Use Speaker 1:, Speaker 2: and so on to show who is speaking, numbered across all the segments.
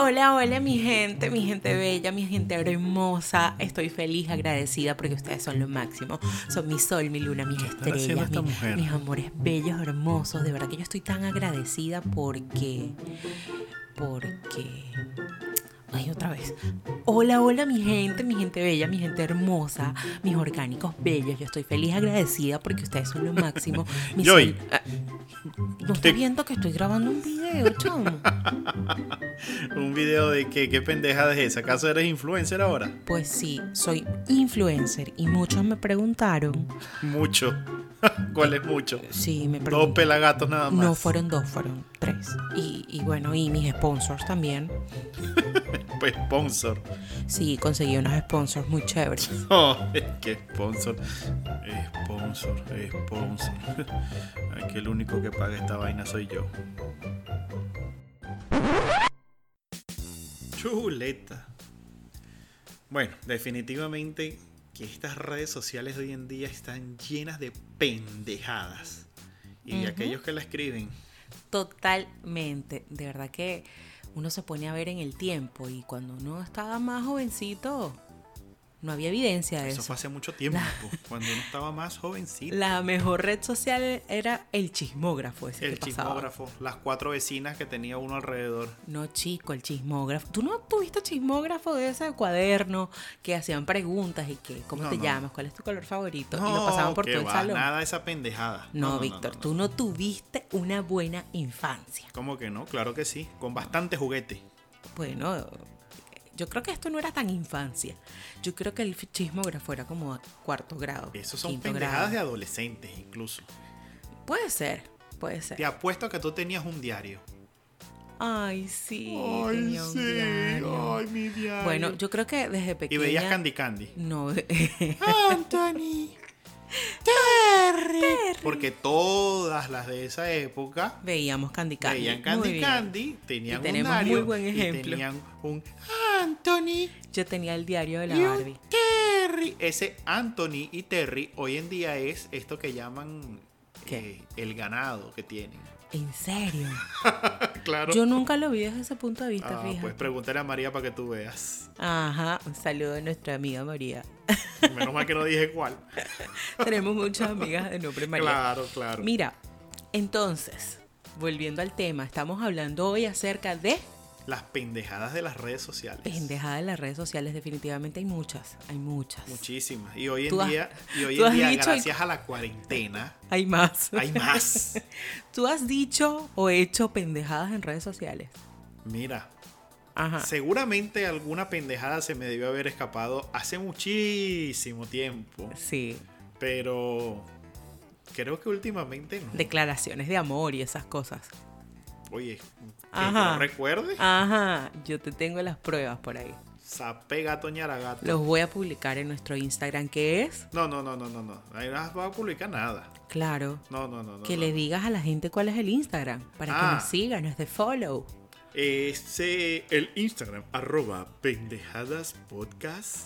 Speaker 1: Hola, hola mi gente, mi gente bella, mi gente hermosa. Estoy feliz, agradecida porque ustedes son lo máximo. Son mi sol, mi luna, mis
Speaker 2: estará haciendo
Speaker 1: estrellas,
Speaker 2: esta
Speaker 1: mi-
Speaker 2: mujer?
Speaker 1: mis amores bellos, hermosos. De verdad que yo estoy tan agradecida porque... Porque... Ay, otra vez. Hola, hola mi gente, mi gente bella, mi gente hermosa, mis orgánicos bellos. Yo estoy feliz, agradecida porque ustedes son lo máximo. Mi
Speaker 2: Joy.
Speaker 1: sol- Ah, no
Speaker 2: Te-
Speaker 1: estoy viendo que estoy grabando un video, chamo.
Speaker 2: Un video de que qué pendejada es esa. ¿Acaso eres influencer ahora?
Speaker 1: Pues sí, soy influencer y muchos me preguntaron.
Speaker 2: Mucho. ¿Cuál es mucho?
Speaker 1: Sí, me
Speaker 2: Dos
Speaker 1: preguntaron.
Speaker 2: pelagatos nada más.
Speaker 1: No fueron dos, fueron tres. Y, y bueno, y mis sponsors también.
Speaker 2: Pues sponsor.
Speaker 1: Sí, conseguí unos sponsors muy chéveres.
Speaker 2: No, Oh, es que sponsor. Sponsor, sponsor. Aquí el único que paga esta vaina soy yo. Chuleta. Bueno, definitivamente que estas redes sociales de hoy en día están llenas de pendejadas. Y de
Speaker 1: Ujú.
Speaker 2: aquellos que la escriben.
Speaker 1: Totalmente. De verdad que uno se pone a ver en el tiempo y cuando uno estaba más jovencito, no había evidencia de
Speaker 2: Eso
Speaker 1: eso.
Speaker 2: fue hace mucho tiempo, pues, cuando uno estaba más jovencito.
Speaker 1: La mejor red social era el chismógrafo. Ese
Speaker 2: El
Speaker 1: que pasaba.
Speaker 2: chismógrafo, las cuatro vecinas que tenía uno alrededor.
Speaker 1: No, chico, el chismógrafo. ¿Tú no tuviste chismógrafo de ese cuaderno que hacían preguntas y que, ¿cómo
Speaker 2: No,
Speaker 1: te
Speaker 2: no.
Speaker 1: llamas? ¿Cuál es tu color favorito? y lo pasaban por
Speaker 2: que
Speaker 1: todo el
Speaker 2: va,
Speaker 1: salón.
Speaker 2: Nada de esa pendejada.
Speaker 1: No, Víctor,
Speaker 2: no,
Speaker 1: tú no tuviste una buena infancia.
Speaker 2: no. ¿Cómo que no? Claro que sí, con bastante juguete.
Speaker 1: Bueno, yo creo que esto no era tan infancia. Yo creo que el chismógrafo era como cuarto grado.
Speaker 2: Esos son
Speaker 1: quinto
Speaker 2: pendejadas
Speaker 1: grado.
Speaker 2: de adolescentes incluso.
Speaker 1: Puede ser, puede ser.
Speaker 2: Te apuesto a que tú tenías un diario.
Speaker 1: Ay, sí. tenía un diario.
Speaker 2: mi diario.
Speaker 1: Bueno, yo creo que desde
Speaker 2: y
Speaker 1: pequeña...
Speaker 2: veías Candy Candy.
Speaker 1: No,
Speaker 2: Anthony. Terry. Porque todas las de esa época
Speaker 1: veíamos Candy Candy.
Speaker 2: Veían
Speaker 1: Muy
Speaker 2: Candy
Speaker 1: bien.
Speaker 2: Candy, tenían
Speaker 1: Y
Speaker 2: un
Speaker 1: tenemos
Speaker 2: Dario
Speaker 1: muy buen
Speaker 2: y
Speaker 1: ejemplo.
Speaker 2: tenían un Anthony
Speaker 1: Yo tenía el diario de
Speaker 2: y
Speaker 1: la
Speaker 2: un
Speaker 1: Barbie.
Speaker 2: Terry. Ese Anthony y Terry hoy en día es esto que llaman
Speaker 1: ¿Qué?
Speaker 2: eh, el ganado que tienen.
Speaker 1: ¿En serio?
Speaker 2: Claro.
Speaker 1: Yo nunca lo vi desde ese punto de vista,
Speaker 2: Ah,
Speaker 1: fija.
Speaker 2: pues pregúntale a María para que tú veas.
Speaker 1: Ajá, un saludo a nuestra amiga María.
Speaker 2: Menos mal que no dije cuál.
Speaker 1: Tenemos muchas amigas de nombre María.
Speaker 2: Claro, claro.
Speaker 1: Mira, entonces, volviendo al tema, estamos hablando hoy acerca de
Speaker 2: Las pendejadas de las redes sociales.
Speaker 1: pendejadas de las redes sociales. Definitivamente hay muchas, hay muchas.
Speaker 2: Muchísimas. Y hoy en
Speaker 1: Tú has-
Speaker 2: día, y hoy
Speaker 1: tú
Speaker 2: en
Speaker 1: has
Speaker 2: día
Speaker 1: dicho-
Speaker 2: gracias a la cuarentena,
Speaker 1: Hay más.
Speaker 2: hay más.
Speaker 1: ¿Tú has dicho o hecho pendejadas en redes sociales?
Speaker 2: Mira,
Speaker 1: Ajá.
Speaker 2: Seguramente alguna pendejada se me debió haber escapado hace muchísimo tiempo,
Speaker 1: Sí,
Speaker 2: pero creo que últimamente no.
Speaker 1: declaraciones de amor y esas cosas.
Speaker 2: Oye, que
Speaker 1: Ajá. Ah.
Speaker 2: yo recuerde,
Speaker 1: Ajá, yo te tengo las pruebas por ahí.
Speaker 2: sapé gato ñaragato.
Speaker 1: Los voy a publicar en nuestro Instagram, que es,
Speaker 2: No, no, no, no, no, no. Ahí no va a publicar nada.
Speaker 1: claro,
Speaker 2: No, no, no, no.
Speaker 1: que
Speaker 2: no.
Speaker 1: le digas a la gente cuál es el Instagram, para
Speaker 2: Ah.
Speaker 1: que nos sigan, nos de follow.
Speaker 2: Ese, el Instagram, arroba pendejadas podcast.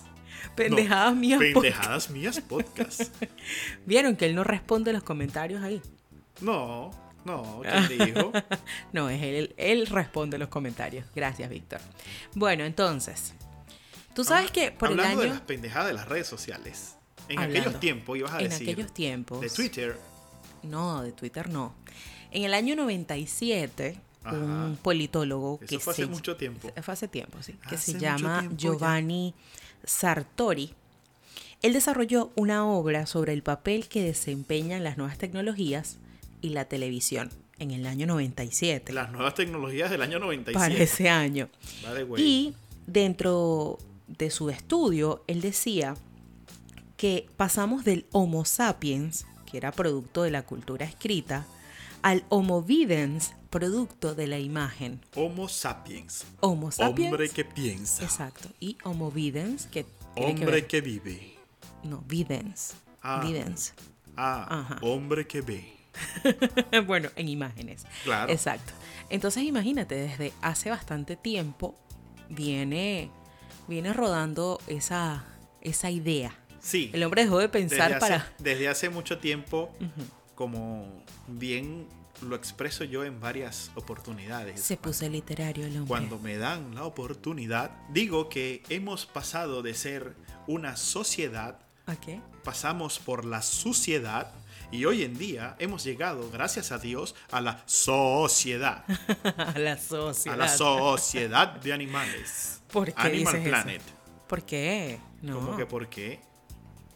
Speaker 1: Pendejadas mías. po-
Speaker 2: Pendejadas mías podcast.
Speaker 1: Vieron que él no responde los comentarios ahí.
Speaker 2: No, no, ¿quién dijo?
Speaker 1: No, es él, él responde los comentarios. Gracias, Víctor. Bueno, entonces, tú sabes que por el
Speaker 2: Ah, Hablando de las
Speaker 1: año,
Speaker 2: pendejadas de las redes sociales. En
Speaker 1: Hablando.
Speaker 2: aquellos tiempos ibas a
Speaker 1: en
Speaker 2: decir.
Speaker 1: aquellos tiempos,
Speaker 2: De Twitter.
Speaker 1: no, de Twitter no. En el año 97,
Speaker 2: Ajá.
Speaker 1: un politólogo
Speaker 2: Eso
Speaker 1: que
Speaker 2: fue hace
Speaker 1: se-
Speaker 2: mucho tiempo.
Speaker 1: Fue hace tiempo, sí. Que
Speaker 2: Hace
Speaker 1: se
Speaker 2: mucho
Speaker 1: llama
Speaker 2: tiempo ya.
Speaker 1: Giovanni Sartori. Él desarrolló una obra sobre el papel que desempeñan las nuevas tecnologías y la televisión en el año 97,
Speaker 2: Las nuevas tecnologías del año
Speaker 1: para
Speaker 2: 97.
Speaker 1: ese año.
Speaker 2: Vale, güey.
Speaker 1: Y dentro de su estudio, él decía que pasamos del Homo sapiens, que era producto de la cultura escrita, al Homo videns, producto de la imagen.
Speaker 2: Homo sapiens.
Speaker 1: Homo sapiens.
Speaker 2: Hombre que piensa.
Speaker 1: Exacto. Y Homo videns, que tiene que
Speaker 2: Hombre
Speaker 1: ver-
Speaker 2: que, vive.
Speaker 1: No, videns.
Speaker 2: Ah.
Speaker 1: Videns.
Speaker 2: Ah,
Speaker 1: Ajá.
Speaker 2: hombre que ve.
Speaker 1: bueno, en imágenes.
Speaker 2: Claro.
Speaker 1: Exacto. Entonces imagínate, desde hace bastante tiempo viene, viene rodando esa, esa idea.
Speaker 2: Sí.
Speaker 1: El hombre dejó de
Speaker 2: desde
Speaker 1: pensar
Speaker 2: hace-
Speaker 1: para...
Speaker 2: Desde hace mucho tiempo, como bien lo expreso yo en varias oportunidades.
Speaker 1: Se puso literario el hombre.
Speaker 2: Cuando me dan la oportunidad, digo que hemos pasado de ser una sociedad,
Speaker 1: Ok.
Speaker 2: pasamos por la suciedad y hoy en día hemos llegado, gracias a Dios, a la sociedad,
Speaker 1: a la
Speaker 2: a
Speaker 1: sociedad.
Speaker 2: la sociedad de animales.
Speaker 1: ¿Por qué
Speaker 2: Animal
Speaker 1: dices eso?
Speaker 2: Planet.
Speaker 1: ¿Por qué? No.
Speaker 2: ¿Cómo que por qué?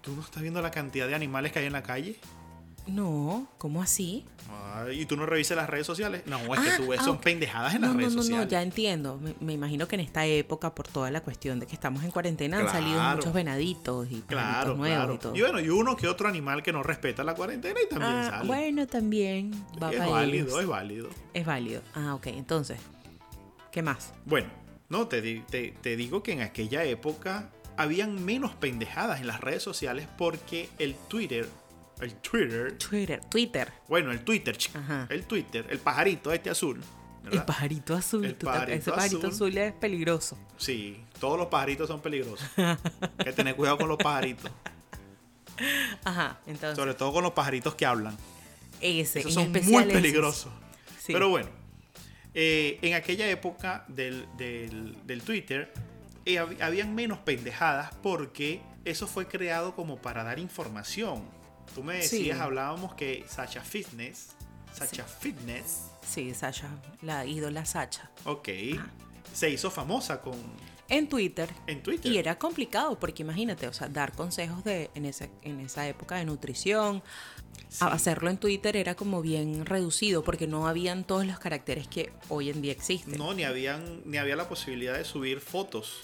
Speaker 2: ¿Tú no estás viendo la cantidad de animales que hay en la calle?
Speaker 1: No, ¿cómo así?
Speaker 2: Ay, ¿Y tú no revisas las redes sociales? No, es
Speaker 1: Ah,
Speaker 2: que tú ves
Speaker 1: ah,
Speaker 2: son
Speaker 1: ok.
Speaker 2: pendejadas en las
Speaker 1: no,
Speaker 2: redes
Speaker 1: no, no,
Speaker 2: sociales.
Speaker 1: no, ya entiendo. Me, me imagino que en esta época, por toda la cuestión de que estamos en cuarentena, han salido
Speaker 2: Claro.
Speaker 1: muchos venaditos y pajaritos
Speaker 2: Claro,
Speaker 1: nuevos
Speaker 2: claro.
Speaker 1: y
Speaker 2: Y,
Speaker 1: todo.
Speaker 2: bueno, y uno que otro animal que no respeta la cuarentena y también
Speaker 1: Ah,
Speaker 2: sale.
Speaker 1: bueno, también va
Speaker 2: es
Speaker 1: para
Speaker 2: válido,
Speaker 1: ellos.
Speaker 2: es válido.
Speaker 1: Es válido. Ah, ok. Entonces, ¿qué más?
Speaker 2: Bueno, no, te, di- te- te digo que en aquella época habían menos pendejadas en las redes sociales porque el Twitter, el Twitter,
Speaker 1: Twitter. Twitter.
Speaker 2: bueno, el Twitter, chico,
Speaker 1: Ajá.
Speaker 2: el Twitter, el pajarito este azul, ¿verdad?
Speaker 1: El pajarito azul.
Speaker 2: El
Speaker 1: tú te- ese
Speaker 2: pajarito
Speaker 1: pajarito azul.
Speaker 2: azul.
Speaker 1: es peligroso.
Speaker 2: Sí, todos los pajaritos son peligrosos. Hay que tener cuidado con los pajaritos,
Speaker 1: Ajá. Entonces,
Speaker 2: sobre todo con los pajaritos que hablan.
Speaker 1: ese.
Speaker 2: Esos
Speaker 1: en
Speaker 2: son muy
Speaker 1: especial esos.
Speaker 2: peligrosos.
Speaker 1: Sí.
Speaker 2: Pero bueno, eh, en aquella época del, del- del Twitter eh, hab- habían menos pendejadas porque eso fue creado como para dar información. Tú me
Speaker 1: Sí.
Speaker 2: decías, hablábamos que Sasha Fitness, Sasha Fitness,
Speaker 1: Sí, Sasha, la ídola Sacha.
Speaker 2: ok, se hizo famosa con,
Speaker 1: En Twitter.
Speaker 2: en Twitter.
Speaker 1: Y era complicado porque imagínate, o sea, dar consejos de en esa, en esa época de nutrición,
Speaker 2: Sí.
Speaker 1: a- hacerlo en Twitter era como bien reducido porque no habían todos los caracteres que hoy en día existen.
Speaker 2: No, ni, habían, ni había la posibilidad de subir fotos.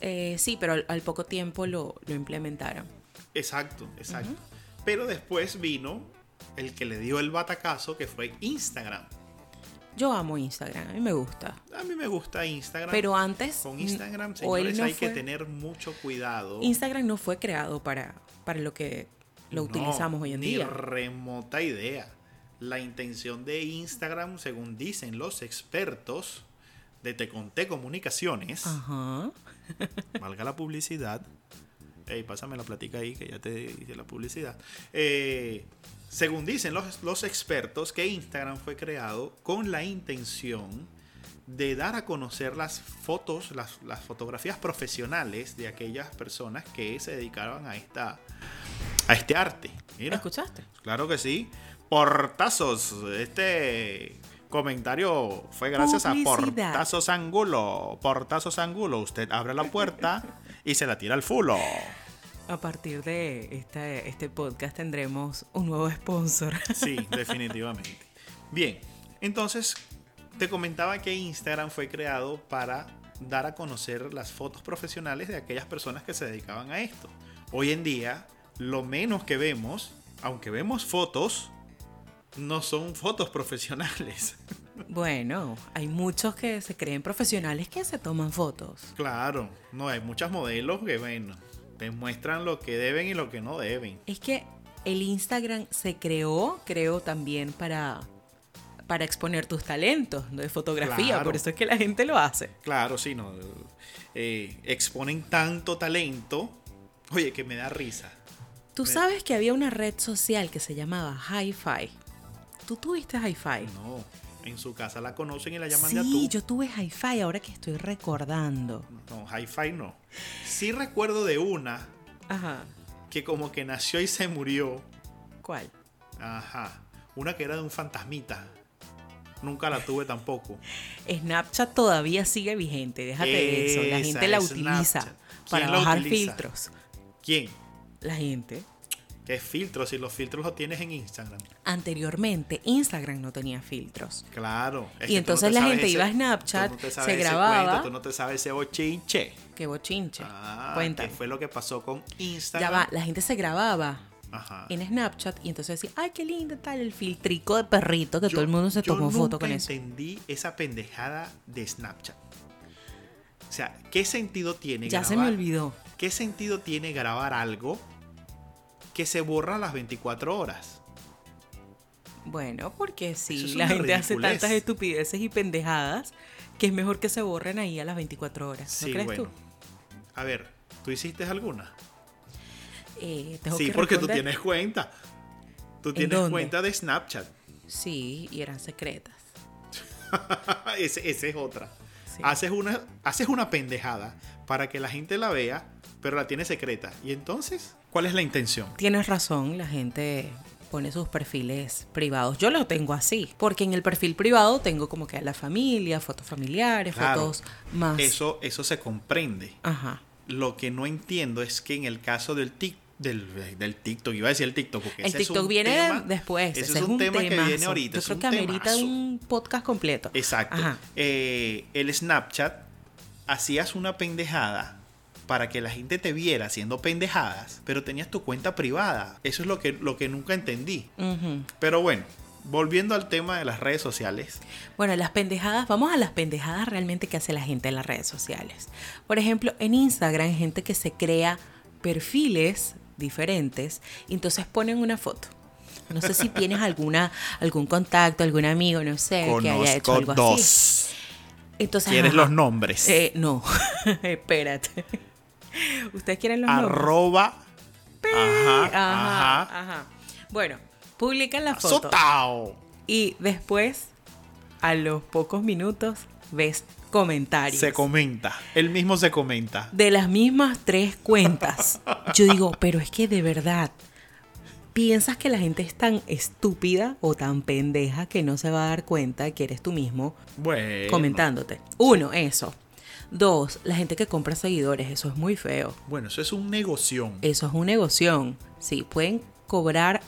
Speaker 1: Eh, sí, pero al, al poco tiempo lo, lo implementaron.
Speaker 2: Exacto, exacto. Pero después vino el que le dio el batacazo, que fue Instagram.
Speaker 1: Yo amo Instagram, a mí me gusta.
Speaker 2: A mí me gusta Instagram.
Speaker 1: Pero antes...
Speaker 2: Con Instagram,
Speaker 1: mm, o él
Speaker 2: señores,
Speaker 1: no
Speaker 2: hay
Speaker 1: fue-
Speaker 2: que tener mucho cuidado.
Speaker 1: Instagram no fue creado para, para lo que lo
Speaker 2: No,
Speaker 1: utilizamos hoy en
Speaker 2: ni
Speaker 1: día.
Speaker 2: remota idea. La intención de Instagram, según dicen los expertos de Te Conté Comunicaciones,
Speaker 1: Ajá.
Speaker 2: valga la publicidad. Ey, pásame la platica ahí que ya te hice la publicidad. Eh, según dicen los, los expertos, que Instagram fue creado con la intención de dar a conocer las fotos, las, las fotografías profesionales de aquellas personas que se dedicaban a, esta, a este arte. Mira,
Speaker 1: ¿Escuchaste?
Speaker 2: claro que sí. Portazos. Este comentario fue gracias a
Speaker 1: Publicidad.
Speaker 2: Portazos Angulo. Portazos Angulo. Usted abre la puerta y se la tira al fulo.
Speaker 1: A partir de este, este podcast tendremos un nuevo sponsor.
Speaker 2: Sí, definitivamente. Bien, entonces te comentaba que Instagram fue creado para dar a conocer las fotos profesionales de aquellas personas que se dedicaban a esto. Hoy en día, lo menos que vemos, aunque vemos fotos, no son fotos profesionales.
Speaker 1: Bueno, hay muchos que se creen profesionales que se toman fotos.
Speaker 2: Claro, no hay muchas modelos que bueno, te muestran lo que deben y lo que no deben.
Speaker 1: Es que el Instagram se creó, creo también para para exponer tus talentos ¿no? de fotografía,
Speaker 2: Claro.
Speaker 1: por eso es que la gente lo hace.
Speaker 2: Claro, sí, no. eh, exponen tanto talento. Oye, que me da risa.
Speaker 1: Tú
Speaker 2: Me-
Speaker 1: sabes que había una red social que se llamaba Hi-Fi. ¿Tú tuviste Hi-Fi?
Speaker 2: No, en su casa la conocen y la llaman de a
Speaker 1: Sí,
Speaker 2: tú.
Speaker 1: yo tuve Hi-Fi ahora que estoy recordando.
Speaker 2: No, hi-fi no. Sí recuerdo de una
Speaker 1: Ajá.
Speaker 2: que como que nació y se murió.
Speaker 1: ¿Cuál?
Speaker 2: Ajá. Una que era de un fantasmita. Nunca la tuve tampoco.
Speaker 1: Snapchat todavía sigue vigente, déjate de eso. La
Speaker 2: Esa,
Speaker 1: gente la
Speaker 2: Snapchat.
Speaker 1: utiliza
Speaker 2: ¿Quién
Speaker 1: para
Speaker 2: la
Speaker 1: bajar
Speaker 2: utiliza?
Speaker 1: filtros.
Speaker 2: ¿Quién?
Speaker 1: La gente.
Speaker 2: ¿Qué filtros? Si los filtros los tienes en Instagram.
Speaker 1: Anteriormente Instagram no tenía filtros.
Speaker 2: Claro. es que tú
Speaker 1: Y
Speaker 2: no
Speaker 1: entonces
Speaker 2: te
Speaker 1: la
Speaker 2: sabes
Speaker 1: gente iba a
Speaker 2: ese- tú
Speaker 1: Snapchat,
Speaker 2: no te
Speaker 1: se
Speaker 2: sabes ese
Speaker 1: grababa.
Speaker 2: cuento, tú no te sabes ese bochinche.
Speaker 1: Qué bochinche.
Speaker 2: Ah,
Speaker 1: Cuenta.
Speaker 2: ¿Qué fue lo que pasó con
Speaker 1: Ya
Speaker 2: Instagram? Ah.
Speaker 1: va, la gente se grababa
Speaker 2: Ajá.
Speaker 1: en Snapchat y entonces decía, ay, qué lindo tal el filtrico de perrito que
Speaker 2: Yo-
Speaker 1: todo el mundo se
Speaker 2: yo
Speaker 1: tomó foto
Speaker 2: nunca
Speaker 1: con eso.
Speaker 2: entendí esa pendejada de Snapchat. O sea, ¿qué sentido tiene
Speaker 1: Ya
Speaker 2: grabar?
Speaker 1: se me olvidó.
Speaker 2: ¿Qué sentido tiene grabar algo que se borra a las 24 horas?
Speaker 1: Bueno, porque si
Speaker 2: Eso es
Speaker 1: la
Speaker 2: una
Speaker 1: gente hace
Speaker 2: ridiculez.
Speaker 1: tantas estupideces y pendejadas que es mejor que se borren ahí a las 24 horas. ¿No
Speaker 2: sí,
Speaker 1: crees
Speaker 2: bueno.
Speaker 1: tú?
Speaker 2: A ver, ¿tú hiciste alguna?
Speaker 1: Eh, tengo
Speaker 2: sí,
Speaker 1: que
Speaker 2: porque tú
Speaker 1: responder.
Speaker 2: tienes cuenta. Tú
Speaker 1: ¿En
Speaker 2: tienes
Speaker 1: dónde?
Speaker 2: cuenta de Snapchat.
Speaker 1: Sí, y eran secretas.
Speaker 2: Ese- Esa es otra.
Speaker 1: Sí.
Speaker 2: Haces, una, haces una pendejada para que la gente la vea, pero la tiene secreta. ¿Y entonces? ¿Cuál es la intención?
Speaker 1: Tienes razón, la gente pone sus perfiles privados. Yo lo tengo así, porque en el perfil privado tengo como que a la familia, fotos familiares,
Speaker 2: Claro.
Speaker 1: fotos más...
Speaker 2: Eso, eso se comprende.
Speaker 1: Ajá.
Speaker 2: Lo que no entiendo es que en el caso del TikTok, del, del TikTok, iba a decir el TikTok, porque
Speaker 1: El
Speaker 2: ese es
Speaker 1: TikTok
Speaker 2: un
Speaker 1: viene
Speaker 2: tema-
Speaker 1: después.
Speaker 2: Ese
Speaker 1: ese
Speaker 2: es, un, tema que
Speaker 1: temazo.
Speaker 2: viene ahorita.
Speaker 1: Yo
Speaker 2: es
Speaker 1: creo
Speaker 2: un
Speaker 1: que amerita
Speaker 2: temazo.
Speaker 1: un podcast completo.
Speaker 2: Exacto.
Speaker 1: Ajá.
Speaker 2: Eh, el Snapchat, hacías una pendejada para que la gente te viera haciendo pendejadas, pero tenías tu cuenta privada. Eso es lo que, lo que nunca entendí.
Speaker 1: Ujú.
Speaker 2: Pero bueno, volviendo al tema de las redes sociales.
Speaker 1: Bueno, las pendejadas, vamos a las pendejadas realmente que hace la gente en las redes sociales. Por ejemplo, en Instagram, gente que se crea perfiles diferentes y entonces ponen una foto. No sé si tienes alguna, algún contacto, algún amigo, no sé, Eh, que haya hecho algo así. Entonces,
Speaker 2: ¿Quieres
Speaker 1: ajá.
Speaker 2: los nombres?
Speaker 1: Eh, no, espérate. ¿Ustedes quieren los nombres?
Speaker 2: Arroba. Ajá.
Speaker 1: Ajá,
Speaker 2: Ajá.
Speaker 1: ajá. Bueno, publican la foto.
Speaker 2: Azotao.
Speaker 1: Y después, a los pocos minutos, ves comentarios.
Speaker 2: Se comenta. Él mismo se comenta.
Speaker 1: de las mismas tres cuentas. Yo digo, pero es que de verdad, ¿piensas que la gente es tan estúpida o tan pendeja que no se va a dar cuenta que eres tú mismo
Speaker 2: Bueno.
Speaker 1: comentándote? Uno, eso. Dos, la gente que compra seguidores, eso es muy feo.
Speaker 2: Bueno, eso es un negocio.
Speaker 1: Eso es un negocio. Sí, pueden cobrar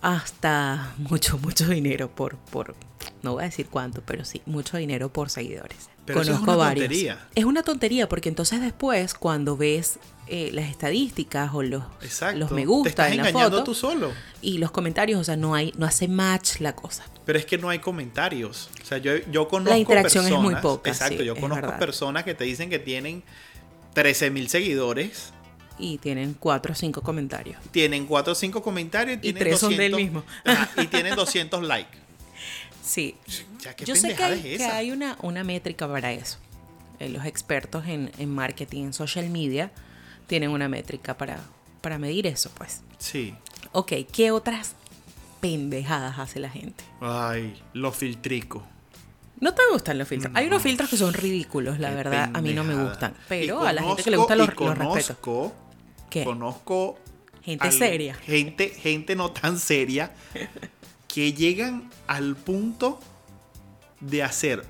Speaker 1: hasta mucho, mucho dinero por, por, no voy a decir cuánto, pero sí, mucho dinero por seguidores.
Speaker 2: Pero eso es una tontería.
Speaker 1: Es una tontería porque entonces después cuando ves eh, las estadísticas o los,
Speaker 2: Exacto.
Speaker 1: los me
Speaker 2: Te
Speaker 1: gusta
Speaker 2: estás
Speaker 1: en la
Speaker 2: engañando
Speaker 1: foto
Speaker 2: tú solo.
Speaker 1: y los comentarios, o sea, no hay, no hace match la cosa.
Speaker 2: Pero es que no hay comentarios. O sea, yo, yo conozco
Speaker 1: La interacción es muy
Speaker 2: personas-
Speaker 1: poca,
Speaker 2: Exacto,
Speaker 1: sí,
Speaker 2: yo
Speaker 1: es
Speaker 2: conozco
Speaker 1: verdad.
Speaker 2: personas que te dicen que tienen 13 mil seguidores,
Speaker 1: Y tienen cuatro o cinco comentarios.
Speaker 2: tienen 4 o 5 comentarios y, tienen
Speaker 1: tres son
Speaker 2: 200
Speaker 1: del mismo.
Speaker 2: Ajá, y tienen 200 likes.
Speaker 1: Sí,
Speaker 2: O sea, ¿qué
Speaker 1: Yo sé que
Speaker 2: pendejada
Speaker 1: hay,
Speaker 2: es
Speaker 1: que
Speaker 2: esa?
Speaker 1: hay una, una métrica para eso. Eh, los expertos en, en marketing, en social media, tienen una métrica para, para medir eso, pues.
Speaker 2: Sí.
Speaker 1: Ok, ¿qué otras pendejadas hace la gente?
Speaker 2: Ay, los filtricos.
Speaker 1: ¿No te gustan los filtros? Hay unos filtros que son ridículos, la
Speaker 2: Mm. Qué
Speaker 1: verdad, a mí no me
Speaker 2: pendejada.
Speaker 1: gustan.
Speaker 2: Y
Speaker 1: Pero a la gente que le gusta
Speaker 2: conozco-
Speaker 1: los,
Speaker 2: y
Speaker 1: los respeto.
Speaker 2: Conozco,
Speaker 1: ¿Qué?
Speaker 2: conozco
Speaker 1: Gente
Speaker 2: al-
Speaker 1: seria.
Speaker 2: Gente, gente no tan seria que llegan al punto de hacer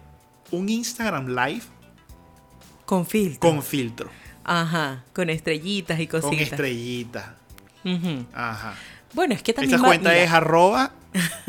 Speaker 2: un Instagram live
Speaker 1: Con filtro.
Speaker 2: con filtro,
Speaker 1: Ajá, con estrellitas y
Speaker 2: con
Speaker 1: cositas.
Speaker 2: estrellita.
Speaker 1: Ujú.
Speaker 2: Ajá.
Speaker 1: Bueno, es que también
Speaker 2: Esa
Speaker 1: va-
Speaker 2: cuenta
Speaker 1: mira,
Speaker 2: es arroba.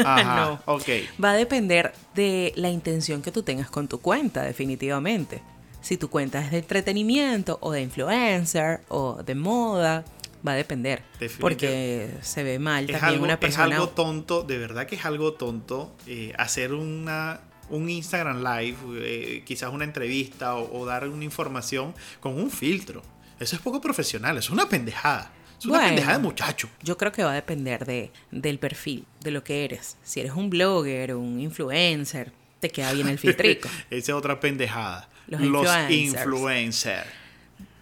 Speaker 2: Ajá.
Speaker 1: No.
Speaker 2: Ok.
Speaker 1: Va a depender de la intención que tú tengas con tu cuenta, definitivamente. Si tu cuenta es de entretenimiento o de influencer o de moda, va a depender.
Speaker 2: Definitivamente.
Speaker 1: Porque se ve mal
Speaker 2: Es
Speaker 1: también
Speaker 2: algo,
Speaker 1: una
Speaker 2: es
Speaker 1: persona.
Speaker 2: algo tonto, de verdad que es algo tonto eh, hacer una, un Instagram live, eh, quizás una entrevista o, o dar una información con un filtro. Eso es poco profesional, es una pendejada. Es una
Speaker 1: Bueno.
Speaker 2: pendejada de muchacho.
Speaker 1: Yo creo que va a depender de, del perfil, de lo que eres. Si eres un blogger, un influencer, te queda bien el filtrico.
Speaker 2: Esa es otra pendejada. Los,
Speaker 1: Los
Speaker 2: influencers.
Speaker 1: influencers.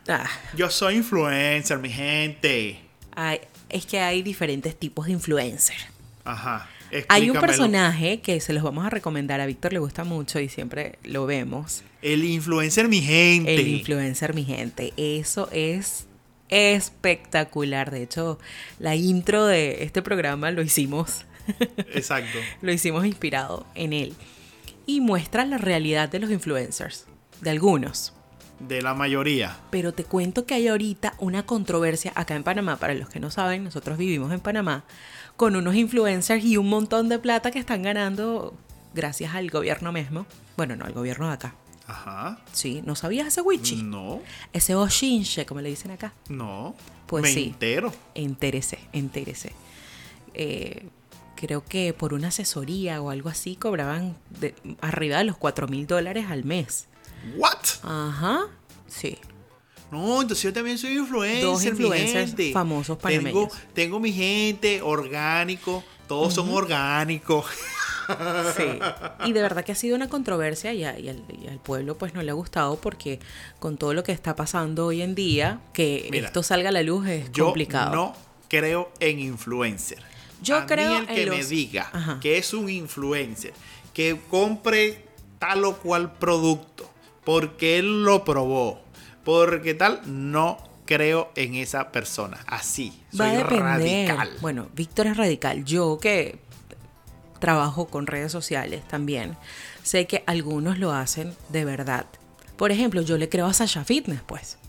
Speaker 1: Ah,
Speaker 2: Yo soy influencer, mi gente.
Speaker 1: hay- es que hay diferentes tipos de influencer.
Speaker 2: Ajá.
Speaker 1: Hay un
Speaker 2: explícamelo.
Speaker 1: personaje que se los vamos a recomendar. A Víctor le gusta mucho y siempre lo vemos.
Speaker 2: El influencer, mi gente.
Speaker 1: El influencer, mi gente. Eso es espectacular. De hecho, la intro de este programa lo hicimos,
Speaker 2: Exacto.
Speaker 1: lo hicimos inspirado en él. Y muestra la realidad de los influencers, de algunos.
Speaker 2: De la mayoría.
Speaker 1: Pero te cuento que hay ahorita una controversia acá en Panamá. Para los que no saben, nosotros vivimos en Panamá con unos influencers y un montón de plata que están ganando gracias al gobierno mismo. Bueno, no, al gobierno de acá.
Speaker 2: Ajá.
Speaker 1: Sí, ¿no sabías ese wichi?
Speaker 2: No,
Speaker 1: Ese Oshinche, como le dicen acá.
Speaker 2: no.
Speaker 1: Pues
Speaker 2: Me
Speaker 1: sí.
Speaker 2: entero.
Speaker 1: Entérese, entérese. Eh, creo que por una asesoría o algo así cobraban de- arriba de los 4 mil dólares al mes.
Speaker 2: What?
Speaker 1: Ajá, sí.
Speaker 2: No, entonces yo también soy influencer.
Speaker 1: Dos
Speaker 2: mi
Speaker 1: influencers
Speaker 2: gente.
Speaker 1: famosos
Speaker 2: Tengo,
Speaker 1: panameños.
Speaker 2: tengo mi gente, orgánico. Todos son orgánicos.
Speaker 1: Sí. Y de verdad que ha sido una controversia y, a- y al, y al pueblo pues no le ha gustado porque con todo lo que está pasando hoy en día, que
Speaker 2: Mira,
Speaker 1: esto salga a la luz es
Speaker 2: Yo
Speaker 1: complicado.
Speaker 2: no creo en influencer.
Speaker 1: Yo
Speaker 2: a mí
Speaker 1: creo
Speaker 2: el
Speaker 1: en
Speaker 2: que me
Speaker 1: los-
Speaker 2: diga
Speaker 1: Ajá.
Speaker 2: que es un influencer, que compre tal o cual producto, porque él lo probó, porque tal, no creo en esa persona. Así,
Speaker 1: Va a
Speaker 2: soy
Speaker 1: depender.
Speaker 2: radical.
Speaker 1: Bueno, Víctor es radical. Yo que trabajo con redes sociales también, sé que algunos lo hacen de verdad. Por ejemplo, yo le creo a Sasha Fitness, pues.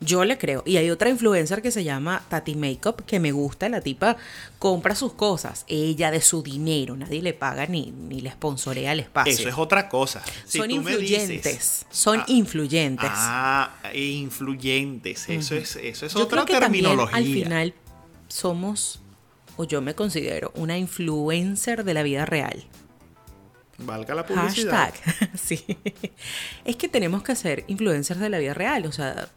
Speaker 1: Yo le creo. Y hay otra influencer que se llama Tati Makeup, que me gusta. La tipa compra sus cosas. Ella de su dinero. Nadie le paga ni, ni le sponsorea el espacio.
Speaker 2: Eso es otra cosa. Si
Speaker 1: son
Speaker 2: tú me dices-
Speaker 1: influyentes. son
Speaker 2: Ah,
Speaker 1: influyentes.
Speaker 2: Ah, influyentes. Eso es, eso es
Speaker 1: Yo
Speaker 2: otra
Speaker 1: creo que también
Speaker 2: terminología.
Speaker 1: al final somos, o yo me considero, una influencer de la vida real.
Speaker 2: Valga la publicidad.
Speaker 1: Hashtag. Sí. Es que tenemos que ser influencers de la vida real, o sea,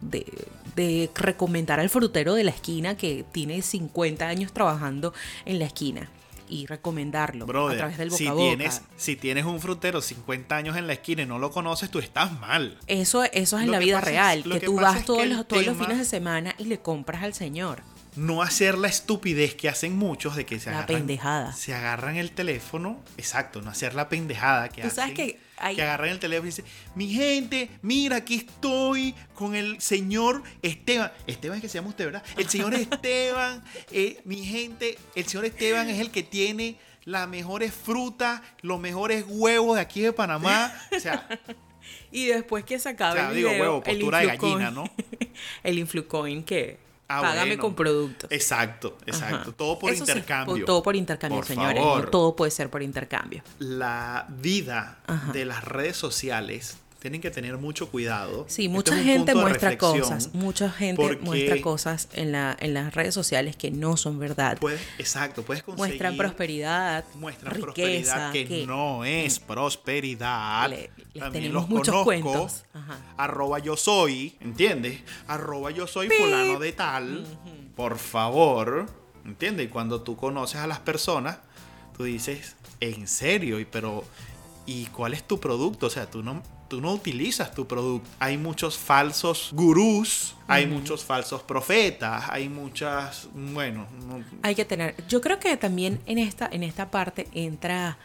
Speaker 1: de, de recomendar al frutero de la esquina que tiene 50 años trabajando en la esquina y recomendarlo
Speaker 2: Brother,
Speaker 1: a través del boca
Speaker 2: si,
Speaker 1: a boca.
Speaker 2: Tienes, si tienes un frutero 50 años en la esquina y no lo conoces, tú estás mal.
Speaker 1: Eso, eso es en
Speaker 2: Lo
Speaker 1: la
Speaker 2: que
Speaker 1: vida
Speaker 2: pasa es-
Speaker 1: real,
Speaker 2: lo
Speaker 1: que,
Speaker 2: que
Speaker 1: tú
Speaker 2: pasa
Speaker 1: vas
Speaker 2: es
Speaker 1: todos,
Speaker 2: que el
Speaker 1: los, todos los
Speaker 2: tema-
Speaker 1: fines de semana y le compras al señor.
Speaker 2: No hacer la estupidez que hacen muchos de que se
Speaker 1: La
Speaker 2: agarran.
Speaker 1: pendejada.
Speaker 2: Se agarran el teléfono. Exacto, no hacer la pendejada que
Speaker 1: Tú sabes
Speaker 2: hacen,
Speaker 1: que hay-
Speaker 2: agarran el teléfono y dicen, mi gente, mira, aquí estoy con el señor Esteban. Esteban es que se llama usted, ¿verdad? El señor Esteban, eh, mi gente, el señor Esteban es el que tiene las mejores frutas, los mejores huevos de aquí de Panamá. O sea,
Speaker 1: Y después que se
Speaker 2: o
Speaker 1: acabe
Speaker 2: sea,
Speaker 1: el
Speaker 2: digo,
Speaker 1: video,
Speaker 2: huevo,
Speaker 1: el
Speaker 2: postura de
Speaker 1: Influcoin-
Speaker 2: gallina, ¿no?
Speaker 1: El Influcoin que
Speaker 2: Ah,
Speaker 1: págame
Speaker 2: bueno.
Speaker 1: con productos.
Speaker 2: Exacto, exacto.
Speaker 1: Ajá.
Speaker 2: Todo por
Speaker 1: Eso sí,
Speaker 2: intercambio.
Speaker 1: po- todo por intercambio,
Speaker 2: Por
Speaker 1: señores.
Speaker 2: favor.
Speaker 1: No todo puede ser por intercambio.
Speaker 2: La vida
Speaker 1: Ajá.
Speaker 2: de las redes sociales tienen que tener mucho cuidado.
Speaker 1: Sí,
Speaker 2: Este
Speaker 1: mucha
Speaker 2: es un
Speaker 1: gente
Speaker 2: punto de
Speaker 1: muestra
Speaker 2: reflexión,
Speaker 1: cosas. Mucha gente
Speaker 2: porque
Speaker 1: muestra cosas en, la, en las redes sociales que no son verdad.
Speaker 2: puedes- exacto, puedes conseguir.
Speaker 1: muestran prosperidad,
Speaker 2: muestran
Speaker 1: riqueza, mm.
Speaker 2: prosperidad que, no es prosperidad.
Speaker 1: Le- les
Speaker 2: También
Speaker 1: tenemos
Speaker 2: los
Speaker 1: muchos
Speaker 2: conozco.
Speaker 1: cuentos. Ajá.
Speaker 2: Arroba yo soy, ¿entiendes? Arroba yo soy fulano de tal. Por favor, ¿entiendes? Y cuando tú conoces a las personas, tú dices, en serio, y pero ¿y cuál es tu producto? O sea, tú no, tú no utilizas tu producto. Hay muchos falsos gurús, hay muchos falsos profetas, hay muchas, bueno, no-
Speaker 1: Hay que tener. Yo creo que también en esta, en esta parte entra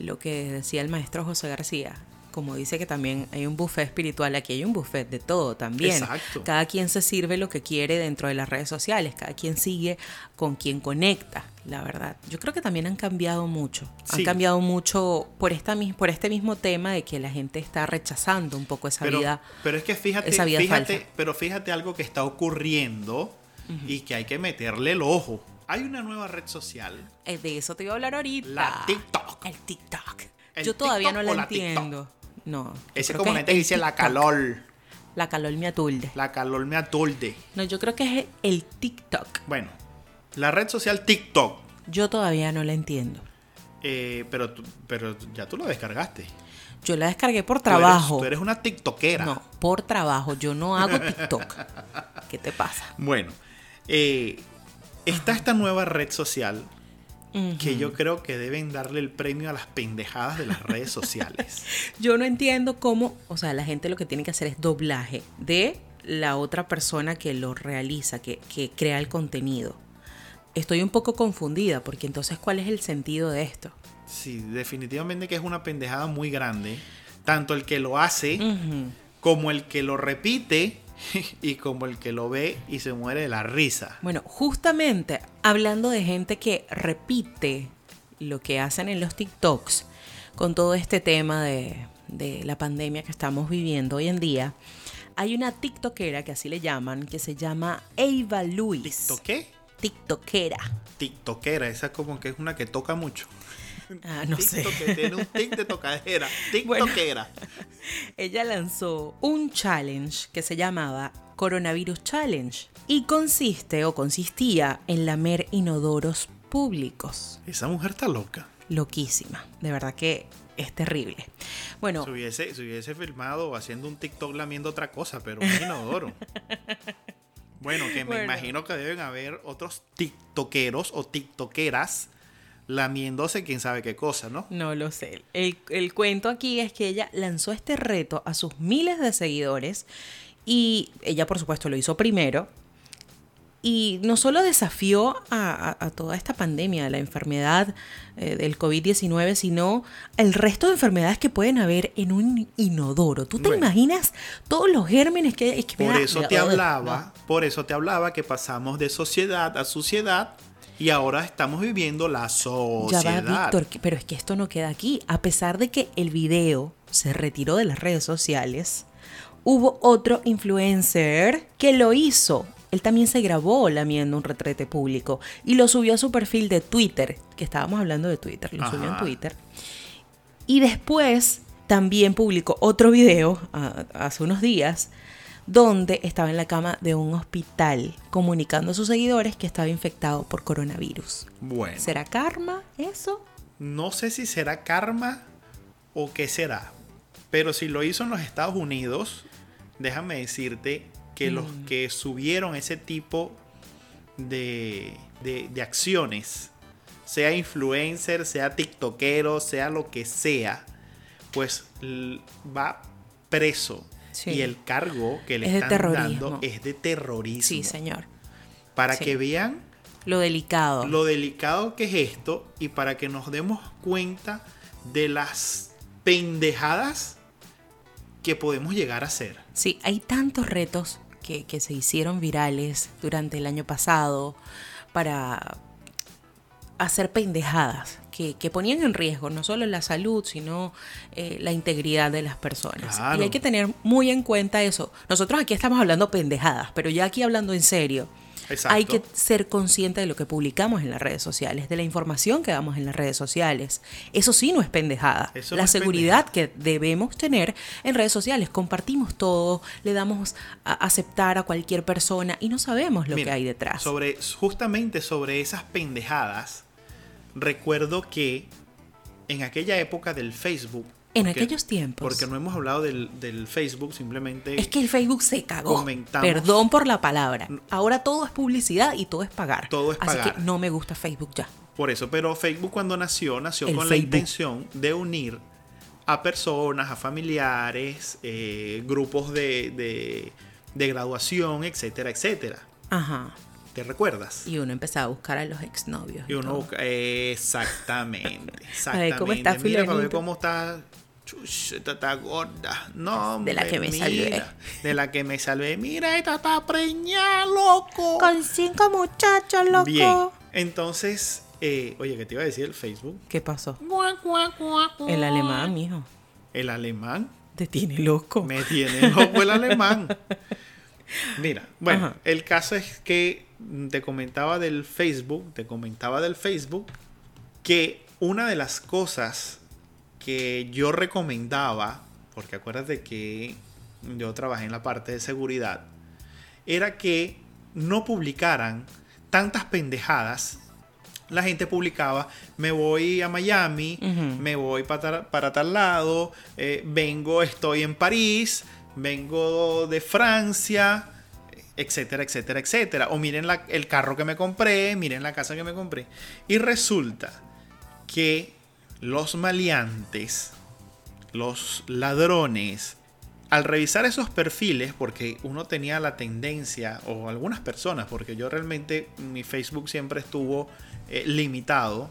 Speaker 1: lo que decía el maestro José García. Como dice que también hay un buffet espiritual, aquí hay un buffet de todo también.
Speaker 2: Exacto.
Speaker 1: Cada quien se sirve lo que quiere dentro de las redes sociales, cada quien sigue con quien conecta, la verdad. Yo creo que también han cambiado mucho. Han
Speaker 2: Sí.
Speaker 1: cambiado mucho por, esta, mis- por este mismo tema de que la gente está rechazando un poco esa
Speaker 2: pero,
Speaker 1: vida.
Speaker 2: pero es que fíjate,
Speaker 1: esa vida
Speaker 2: fíjate-
Speaker 1: falsa.
Speaker 2: pero fíjate algo que está ocurriendo y que hay que meterle el ojo. Hay una nueva red social,
Speaker 1: Eh, De eso te iba a hablar ahorita.
Speaker 2: la TikTok.
Speaker 1: El TikTok.
Speaker 2: El
Speaker 1: yo todavía
Speaker 2: TikTok
Speaker 1: no la,
Speaker 2: o la
Speaker 1: entiendo. No. yo
Speaker 2: Ese
Speaker 1: creo
Speaker 2: como
Speaker 1: que
Speaker 2: la gente
Speaker 1: el
Speaker 2: dice la
Speaker 1: TikTok.
Speaker 2: calor,
Speaker 1: La calor me aturde.
Speaker 2: la calor me aturde.
Speaker 1: No, yo creo que es el TikTok.
Speaker 2: Bueno, la red social TikTok,
Speaker 1: Yo todavía no la entiendo.
Speaker 2: eh, pero, tú- pero ya tú lo descargaste.
Speaker 1: Yo la descargué por
Speaker 2: Tú eres-
Speaker 1: trabajo.
Speaker 2: Tú eres, una TikTokera.
Speaker 1: no, por trabajo. Yo no hago TikTok. ¿Qué te pasa?
Speaker 2: Bueno, eh, está esta nueva red social que yo creo que deben darle el premio a las pendejadas de las redes sociales.
Speaker 1: Yo no entiendo cómo, o sea, la gente lo que tiene que hacer es doblaje de la otra persona que lo realiza, que, que crea el contenido. Estoy un poco confundida porque entonces, ¿cuál es el sentido de esto?
Speaker 2: Sí, definitivamente que es una pendejada muy grande. Tanto el que lo hace
Speaker 1: Ujú.
Speaker 2: como el que lo repite y como el que lo ve y se muere de la risa.
Speaker 1: Bueno, justamente hablando de gente que repite lo que hacen en los TikToks, con todo este tema de, de la pandemia que estamos viviendo hoy en día, hay una TikTokera que así le llaman, que se llama Eva Luis.
Speaker 2: ¿TikTok qué?
Speaker 1: TikTokera.
Speaker 2: TikTokera, esa como que es una que toca mucho.
Speaker 1: Ah, no sé.
Speaker 2: TikTok, que tiene un tic de tocadera. TikTokera.
Speaker 1: Ella lanzó un challenge que se llamaba Coronavirus Challenge y consiste o consistía en lamer inodoros públicos.
Speaker 2: Esa mujer está loca.
Speaker 1: loquísima. De verdad que es terrible. Bueno,
Speaker 2: Se hubiese, se hubiese filmado haciendo un TikTok lamiendo otra cosa, pero un inodoro. Bueno, que me
Speaker 1: Bueno.
Speaker 2: imagino que deben haber otros TikTokeros o TikTokeras lamiéndose quién sabe qué cosa, ¿no?
Speaker 1: no lo sé. El, el cuento aquí es que ella lanzó este reto a sus miles de seguidores y ella por supuesto lo hizo primero y no solo desafió a, a- a toda esta pandemia, a la enfermedad eh, del COVID-19, sino el resto de enfermedades que pueden haber en un inodoro. ¿Tú te
Speaker 2: Bueno.
Speaker 1: imaginas todos los gérmenes que hay? Es que me
Speaker 2: Por
Speaker 1: da-
Speaker 2: eso te hablaba, por eso te hablaba que pasamos de sociedad a suciedad y ahora estamos viviendo la
Speaker 1: Ya va,
Speaker 2: sociedad.
Speaker 1: Víctor, que- pero es que esto no queda aquí. A pesar de que el video se retiró de las redes sociales, hubo otro influencer que lo hizo. Él también se grabó lamiendo un retrete público y lo subió a su perfil de Twitter, que estábamos hablando de Twitter, lo subió en
Speaker 2: Ajá.
Speaker 1: Twitter. Y después también publicó otro video a- hace unos días donde estaba en la cama de un hospital comunicando a sus seguidores que estaba infectado por coronavirus.
Speaker 2: Bueno,
Speaker 1: ¿Será karma eso?
Speaker 2: no sé si será karma o qué será, pero si lo hizo en los Estados Unidos, déjame decirte que los
Speaker 1: Mm.
Speaker 2: que subieron ese tipo de, de- de acciones, sea influencer, sea tiktokero, sea lo que sea, pues l- va preso.
Speaker 1: Sí.
Speaker 2: Y el cargo que le
Speaker 1: Es de
Speaker 2: están
Speaker 1: terrorismo.
Speaker 2: dando es de terrorismo.
Speaker 1: Sí, señor.
Speaker 2: para
Speaker 1: sí.
Speaker 2: que vean
Speaker 1: Lo delicado.
Speaker 2: lo delicado que es esto y para que nos demos cuenta de las pendejadas que podemos llegar a hacer.
Speaker 1: Sí, hay tantos retos que, que se hicieron virales durante el año pasado para hacer pendejadas que, que ponían en riesgo no solo la salud, sino eh, la integridad de las personas.
Speaker 2: Claro.
Speaker 1: Y hay que tener muy en cuenta eso. Nosotros aquí estamos hablando pendejadas, pero ya aquí hablando en serio.
Speaker 2: Exacto.
Speaker 1: Hay que ser consciente de lo que publicamos en las redes sociales, de la información que damos en las redes sociales. Eso sí no es pendejada.
Speaker 2: Eso
Speaker 1: la
Speaker 2: no es
Speaker 1: seguridad que debemos tener en redes sociales. Compartimos todo, le damos a aceptar a cualquier persona y no sabemos lo que
Speaker 2: Mira,
Speaker 1: hay detrás.
Speaker 2: Sobre, justamente sobre esas pendejadas, recuerdo que en aquella época del Facebook.
Speaker 1: En
Speaker 2: porque-
Speaker 1: aquellos tiempos.
Speaker 2: Porque no hemos hablado del, del Facebook, simplemente.
Speaker 1: es que el Facebook se cagó.
Speaker 2: Comentamos.
Speaker 1: Perdón por la palabra. Ahora todo es publicidad y todo es pagar.
Speaker 2: Todo es
Speaker 1: Así
Speaker 2: pagar.
Speaker 1: que no me gusta Facebook ya.
Speaker 2: Por eso, pero Facebook cuando nació, nació
Speaker 1: El
Speaker 2: con la
Speaker 1: Facebook.
Speaker 2: intención de unir a personas, a familiares, eh, grupos de, de- de graduación, etcétera, etcétera.
Speaker 1: Ajá.
Speaker 2: ¿Te recuerdas?
Speaker 1: Y uno empezaba a buscar a los exnovios.
Speaker 2: Y uno
Speaker 1: todo.
Speaker 2: busca- exactamente,
Speaker 1: A
Speaker 2: exactamente.
Speaker 1: ver, ¿cómo está
Speaker 2: Mira, para ver
Speaker 1: fulanito?
Speaker 2: cómo está... Chush, esta está gorda. No,
Speaker 1: De la
Speaker 2: hombre,
Speaker 1: que me salvé.
Speaker 2: mira, De la que me salvé. Mira, esta está preñada, loco.
Speaker 1: Con cinco muchachos, loco.
Speaker 2: Bien. Entonces, eh, oye, ¿qué te iba a decir el Facebook?
Speaker 1: ¿Qué pasó? El alemán, mijo.
Speaker 2: El alemán
Speaker 1: Te tiene loco.
Speaker 2: me tiene loco el alemán. Mira, bueno,
Speaker 1: Ajá.
Speaker 2: el caso es que mm, te comentaba del Facebook, te comentaba del Facebook que una de las cosas que yo recomendaba, porque acuérdate que yo trabajé en la parte de seguridad, era que no publicaran tantas pendejadas. La gente publicaba, me voy a Miami,
Speaker 1: Ujú.
Speaker 2: me voy pa tal- para, tal lado, eh, vengo, estoy en París, vengo de Francia, etcétera, etcétera, etcétera. O miren la- el carro que me compré, miren la casa que me compré. Y resulta que los maleantes, los ladrones, al revisar esos perfiles, porque uno tenía la tendencia, o algunas personas, porque yo realmente mi Facebook siempre estuvo eh, limitado,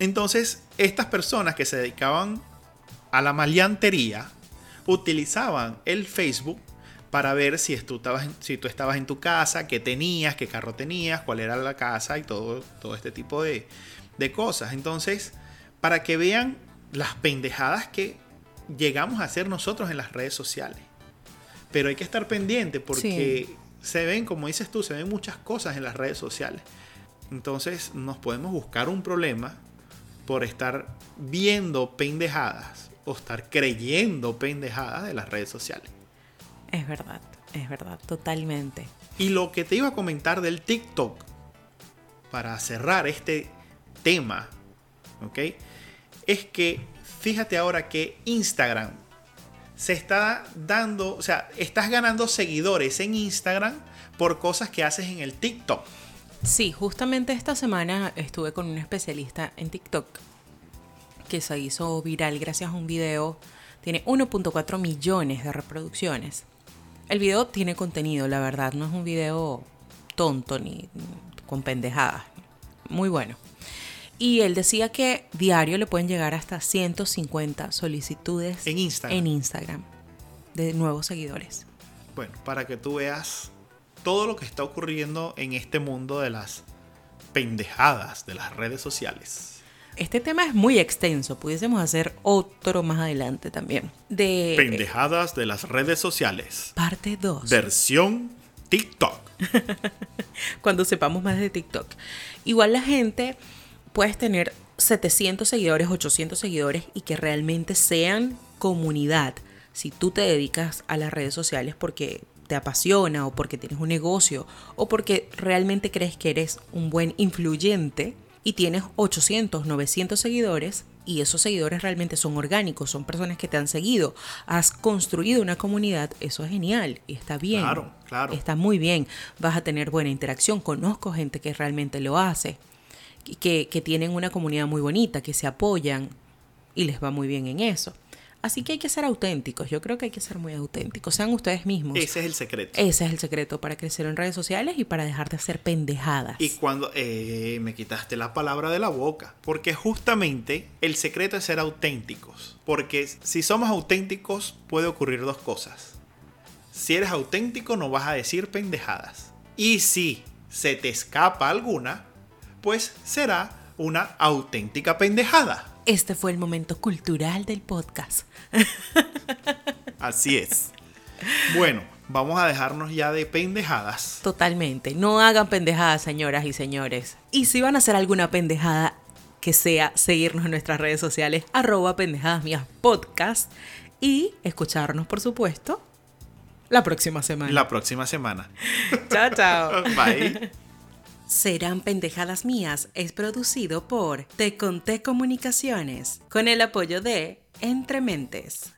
Speaker 2: entonces estas personas que se dedicaban a la maleantería utilizaban el Facebook para ver si tú, estabas en, si tú estabas en tu casa, qué tenías, qué carro tenías, cuál era la casa y todo, todo este tipo de, de cosas. Entonces, para que vean las pendejadas que llegamos a hacer nosotros en las redes sociales. Pero hay que estar pendiente porque se ven, como dices tú, se ven muchas cosas en las redes sociales. Entonces nos podemos buscar un problema por estar viendo pendejadas o estar creyendo pendejadas de las redes sociales.
Speaker 1: Es verdad, es verdad, totalmente.
Speaker 2: Y lo que te iba a comentar del TikTok, para cerrar este tema, ¿ok? Es que fíjate ahora que Instagram se está dando, o sea, estás ganando seguidores en Instagram por cosas que haces en el TikTok.
Speaker 1: Sí, justamente esta semana estuve con un especialista en TikTok que se hizo viral gracias a un video. Tiene 1.4 millones de reproducciones. El video tiene contenido, la verdad, no es un video tonto ni con pendejadas. Muy bueno. Y él decía que diario le pueden llegar hasta 150 solicitudes
Speaker 2: En Instagram.
Speaker 1: en Instagram de nuevos seguidores.
Speaker 2: Bueno, para que tú veas todo lo que está ocurriendo en este mundo de las pendejadas de las redes sociales.
Speaker 1: Este tema es muy extenso, pudiésemos hacer otro más adelante también. De eh,
Speaker 2: Pendejadas de las redes sociales.
Speaker 1: parte 2.
Speaker 2: Versión TikTok.
Speaker 1: cuando sepamos más de TikTok. Igual la gente puedes tener 700 seguidores, 800 seguidores y que realmente sean comunidad. Si tú te dedicas a las redes sociales porque te apasiona o porque tienes un negocio o porque realmente crees que eres un buen influyente y tienes 800, 900 seguidores y esos seguidores realmente son orgánicos, son personas que te han seguido, has construido una comunidad, eso es genial y está bien.
Speaker 2: Claro, claro.
Speaker 1: Está muy bien. Vas a tener buena interacción. Conozco gente que realmente lo hace, que- que, que tienen una comunidad muy bonita, que se apoyan y les va muy bien en eso. Así que hay que ser auténticos. Yo creo que hay que ser muy auténticos. Sean ustedes mismos.
Speaker 2: Ese es el secreto.
Speaker 1: Ese es el secreto para crecer en redes sociales y para dejar de hacer pendejadas.
Speaker 2: Y cuando eh, me quitaste la palabra de la boca, porque justamente el secreto es ser auténticos. Porque si somos auténticos puede ocurrir dos cosas. Si eres auténtico no vas a decir pendejadas. Y si se te escapa alguna, pues será una auténtica pendejada.
Speaker 1: Este fue el momento cultural del podcast.
Speaker 2: Así es. Bueno, vamos a dejarnos ya de pendejadas.
Speaker 1: Totalmente. No hagan pendejadas, señoras y señores. Y si van a hacer alguna pendejada, que sea seguirnos en nuestras redes sociales, arroba pendejadas mías podcast y escucharnos, por supuesto, la próxima semana.
Speaker 2: La próxima semana.
Speaker 1: Chao, chao.
Speaker 2: Bye.
Speaker 1: Serán Pendejadas Mías es producido por Te Conté Comunicaciones, con el apoyo de Entre Mentes.